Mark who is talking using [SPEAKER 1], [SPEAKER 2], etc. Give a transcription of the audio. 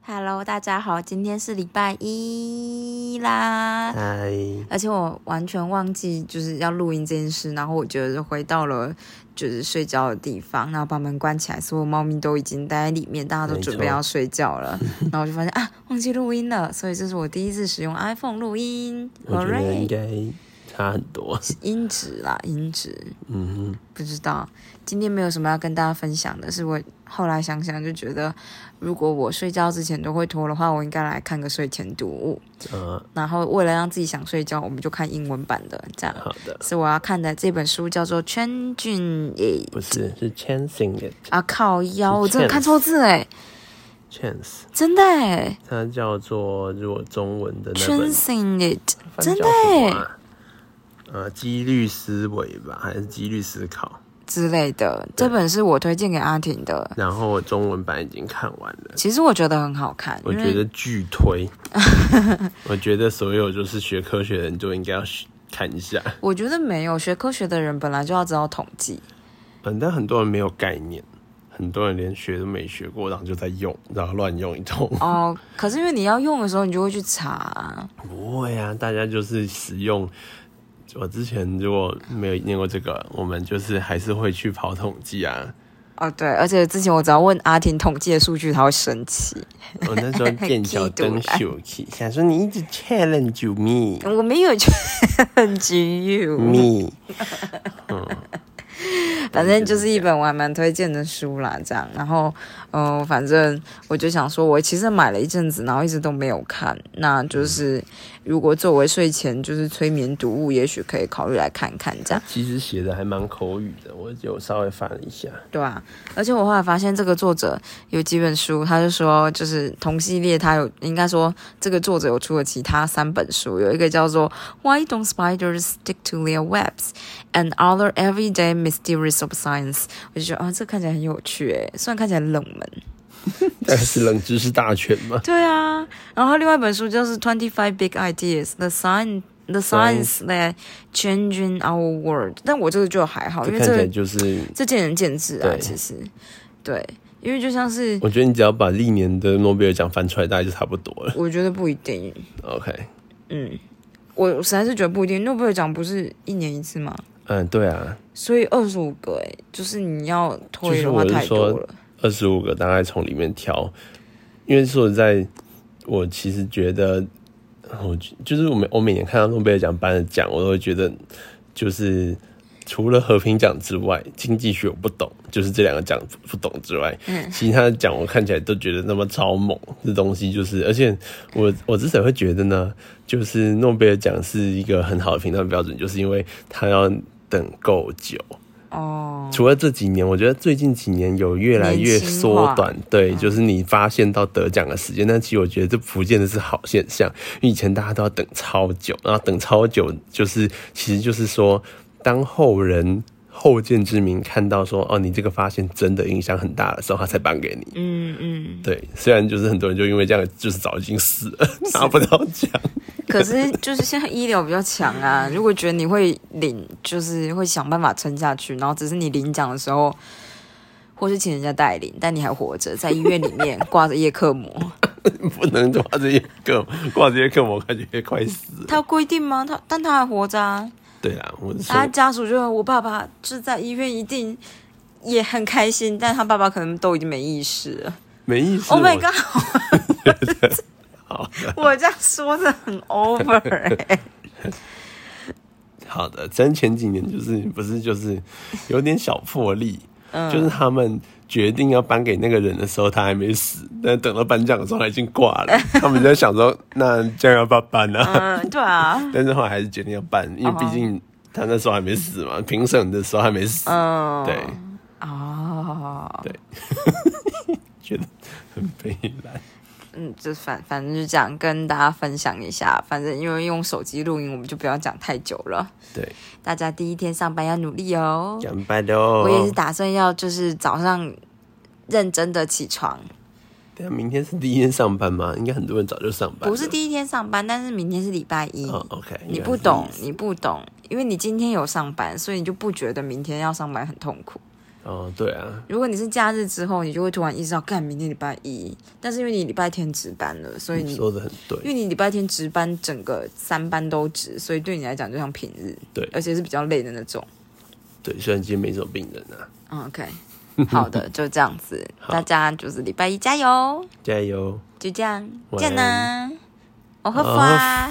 [SPEAKER 1] Hello，大家好，今天是礼拜一啦，
[SPEAKER 2] 嗨，
[SPEAKER 1] 而且我完全忘记就是要录音这件事，然后我觉得回到了就是睡觉的地方，然后把门关起来，所有猫咪都已经待在里面，大家都准备
[SPEAKER 2] 没错
[SPEAKER 1] 要睡觉 了，然后我就发现啊，忘记录音了，所以这是我第一次使用 iPhone 录音
[SPEAKER 2] 我觉得应
[SPEAKER 1] ，Hooray，
[SPEAKER 2] 该差很多。
[SPEAKER 1] 音质啦，音质。
[SPEAKER 2] 嗯哼，
[SPEAKER 1] 不知道，今天没有什么要跟大家分享的，是我后来想想就觉得，如果我睡觉之前都会拖的话，我应该来看个睡前读物。
[SPEAKER 2] 呃，
[SPEAKER 1] 然后为了让自己想睡觉，我们就看英文版的，这 样。
[SPEAKER 2] 好的，
[SPEAKER 1] 是我要看的这本书叫做《圈俊诶
[SPEAKER 2] 不是是 chancing it
[SPEAKER 1] 啊靠腰， 我
[SPEAKER 2] 是
[SPEAKER 1] 真的
[SPEAKER 2] Chance
[SPEAKER 1] 看错字哎，
[SPEAKER 2] chance，
[SPEAKER 1] 真的哎
[SPEAKER 2] 它叫做如果中文的那本
[SPEAKER 1] ，Chancing it，
[SPEAKER 2] 翻叫
[SPEAKER 1] 真的欸
[SPEAKER 2] 什
[SPEAKER 1] 耶
[SPEAKER 2] 么啊呃，几率思维吧，还是几率思考？
[SPEAKER 1] 之类的，这
[SPEAKER 2] 对
[SPEAKER 1] 本是我推荐给阿婷的。
[SPEAKER 2] 然后我中文版已经看完了，
[SPEAKER 1] 其实我觉得很好看，
[SPEAKER 2] 我
[SPEAKER 1] 因
[SPEAKER 2] 觉
[SPEAKER 1] 为
[SPEAKER 2] 得巨 推。我觉得所有就是学科学的人都应该要学看一下，
[SPEAKER 1] 我觉得没有学科学的人本来就要知道统计，
[SPEAKER 2] 嗯，但很多人没有概念，很多人连学都没学过，然后就在用，然后乱用一通。
[SPEAKER 1] 哦，可是因为你要用的时候，你就会去查啊、
[SPEAKER 2] 不会啊，大家就是使用。我之前如果没有念过这个，我们就是还是会去跑统 计啊。
[SPEAKER 1] 哦，对，而且之前我只要问阿婷统计的数据，她会生气。
[SPEAKER 2] 我那时候剑桥登秀气，想说你一直 challenge me
[SPEAKER 1] 我没有去 g you，
[SPEAKER 2] me，
[SPEAKER 1] 反正就是一本我还蛮推荐的书啦，这样。然后，嗯、反正我就想说，我其实买了一阵子，然后一直都没有看。那就是如果作为睡前就是催眠读物，也许可以考虑来看看这样。
[SPEAKER 2] 其实写的还蛮口语的，我就稍微翻了一下。
[SPEAKER 1] 对啊，而且我后来发现这个作者有几本书，他就说就是同系列，他有应该说这个作者有出了其他三本书，有一个叫做《Why Don't Spiders Stick to Their Webs and Other Everyday Mysteries of Science》，我就觉得啊、这看起来很有趣诶，虽然看起来很冷门。，
[SPEAKER 2] 但是冷知识大全嘛
[SPEAKER 1] 对啊，然后他另外一本书就是《Twenty Five Big Ideas: The Science The Science That Changing Our World》，但我这个就还好，
[SPEAKER 2] 这
[SPEAKER 1] 因为
[SPEAKER 2] 看起
[SPEAKER 1] 这
[SPEAKER 2] 来
[SPEAKER 1] 个
[SPEAKER 2] 就是，
[SPEAKER 1] 这见仁见智啊，
[SPEAKER 2] 对
[SPEAKER 1] 其实，对，因为就像是
[SPEAKER 2] 我觉得你只要把历年的诺贝尔奖翻出来，大概就差不多了。
[SPEAKER 1] 我觉得不一定，
[SPEAKER 2] OK，
[SPEAKER 1] 嗯，我实在是觉得不一定。诺贝尔奖不是一年一次吗？
[SPEAKER 2] 嗯，对啊，
[SPEAKER 1] 所以二十五个、欸，就是你要推的话
[SPEAKER 2] 就是我
[SPEAKER 1] 太
[SPEAKER 2] 是说
[SPEAKER 1] 多了。
[SPEAKER 2] 二十五个大概从里面挑，因为说实在，我其实觉得，我就是我每我每年看到诺贝尔奖颁的奖，我都会觉得，就是除了和平奖之外，经济学我不懂，就是这两个奖不懂之外，其他的奖我看起来都觉得那么超猛，这东西就是，而且我我之所以会觉得呢，就是诺贝尔奖是一个很好的评判标准，就是因为它要等够久。
[SPEAKER 1] 哦，
[SPEAKER 2] 除了这几年，我觉得最近几年有越来越缩短，对，
[SPEAKER 1] 嗯
[SPEAKER 2] 就是你发现到得奖的时间。但其实我觉得这不见得是好现象，因为以前大家都要等超久，然后等超久就是其实就是说，当后人后见之明看到说哦，你这个发现真的影响很大的时候，他才颁给你。
[SPEAKER 1] 嗯嗯，
[SPEAKER 2] 对，虽然就是很多人就因为这样，就是早已经死了， 拿不到奖。
[SPEAKER 1] 可是就是现在医疗比较强啊。如果觉得你会领，就是会想办法撑下去，然后只是你领奖的时候，或是请人家代领，但你还活着，在医院里面挂着叶克 膜。
[SPEAKER 2] 不能挂这些课，挂这些课我感觉快死了。
[SPEAKER 1] 他有规定吗？他但他还活着啊。
[SPEAKER 2] 对啦，我是说
[SPEAKER 1] 他啊家属就说：“我爸爸是在医院，一定也很开心，但他爸爸可能都已经没意识了。
[SPEAKER 2] 没意思。
[SPEAKER 1] ”Oh my
[SPEAKER 2] 我
[SPEAKER 1] god！我这样说的很 over 哎、
[SPEAKER 2] 好的，真前几年就是不是就是有点小魄力，
[SPEAKER 1] 嗯
[SPEAKER 2] 就是他们决定要颁给那个人的时候，他还没死，但等到颁奖的时候他已经挂 了。他们就在想说，那这样要不要颁呢、啊？
[SPEAKER 1] 嗯，哦对啊，
[SPEAKER 2] 但是后来还是决定要颁，因为毕竟他那时候还没死嘛，评审的时候还没死，
[SPEAKER 1] 嗯，
[SPEAKER 2] 对，
[SPEAKER 1] 哦，
[SPEAKER 2] 觉得很悲哀。
[SPEAKER 1] 嗯，就反反正就这样跟大家分享一下。反正因为用手机录音，我们就不要讲太久了。
[SPEAKER 2] 对，
[SPEAKER 1] 大家第一天上班要努力哦。
[SPEAKER 2] 干杯喽！
[SPEAKER 1] 我也是打算要就是早上认真的起床，
[SPEAKER 2] 等一下啊明天是第一天上班吗？应该很多人早就上班了。
[SPEAKER 1] 不是第一天上班，但是明天是礼拜一。
[SPEAKER 2] 哦，OK，
[SPEAKER 1] 你
[SPEAKER 2] 原来
[SPEAKER 1] 不
[SPEAKER 2] 是
[SPEAKER 1] 懂，你不懂，因为你今天有上班，所以你就不觉得明天要上班很痛苦。
[SPEAKER 2] 哦，对啊，
[SPEAKER 1] 如果你是假日之后，你就会突然意识到，干明天礼拜一，但是因为你礼拜天值班了，所以
[SPEAKER 2] 你
[SPEAKER 1] 你
[SPEAKER 2] 说的很
[SPEAKER 1] 因
[SPEAKER 2] 对，
[SPEAKER 1] 为你礼拜天值班，整个三班都值，所以对你来讲就像平日，
[SPEAKER 2] 对
[SPEAKER 1] 而且是比较累的那种。
[SPEAKER 2] 对，虽然今天没什么病人啊，
[SPEAKER 1] 嗯，OK，好的，就这样子，
[SPEAKER 2] 好
[SPEAKER 1] 大家就是礼拜一加油，
[SPEAKER 2] 加油。
[SPEAKER 1] 就这样，
[SPEAKER 2] 晚安
[SPEAKER 1] 见啦，我喝
[SPEAKER 2] 我喝
[SPEAKER 1] 发。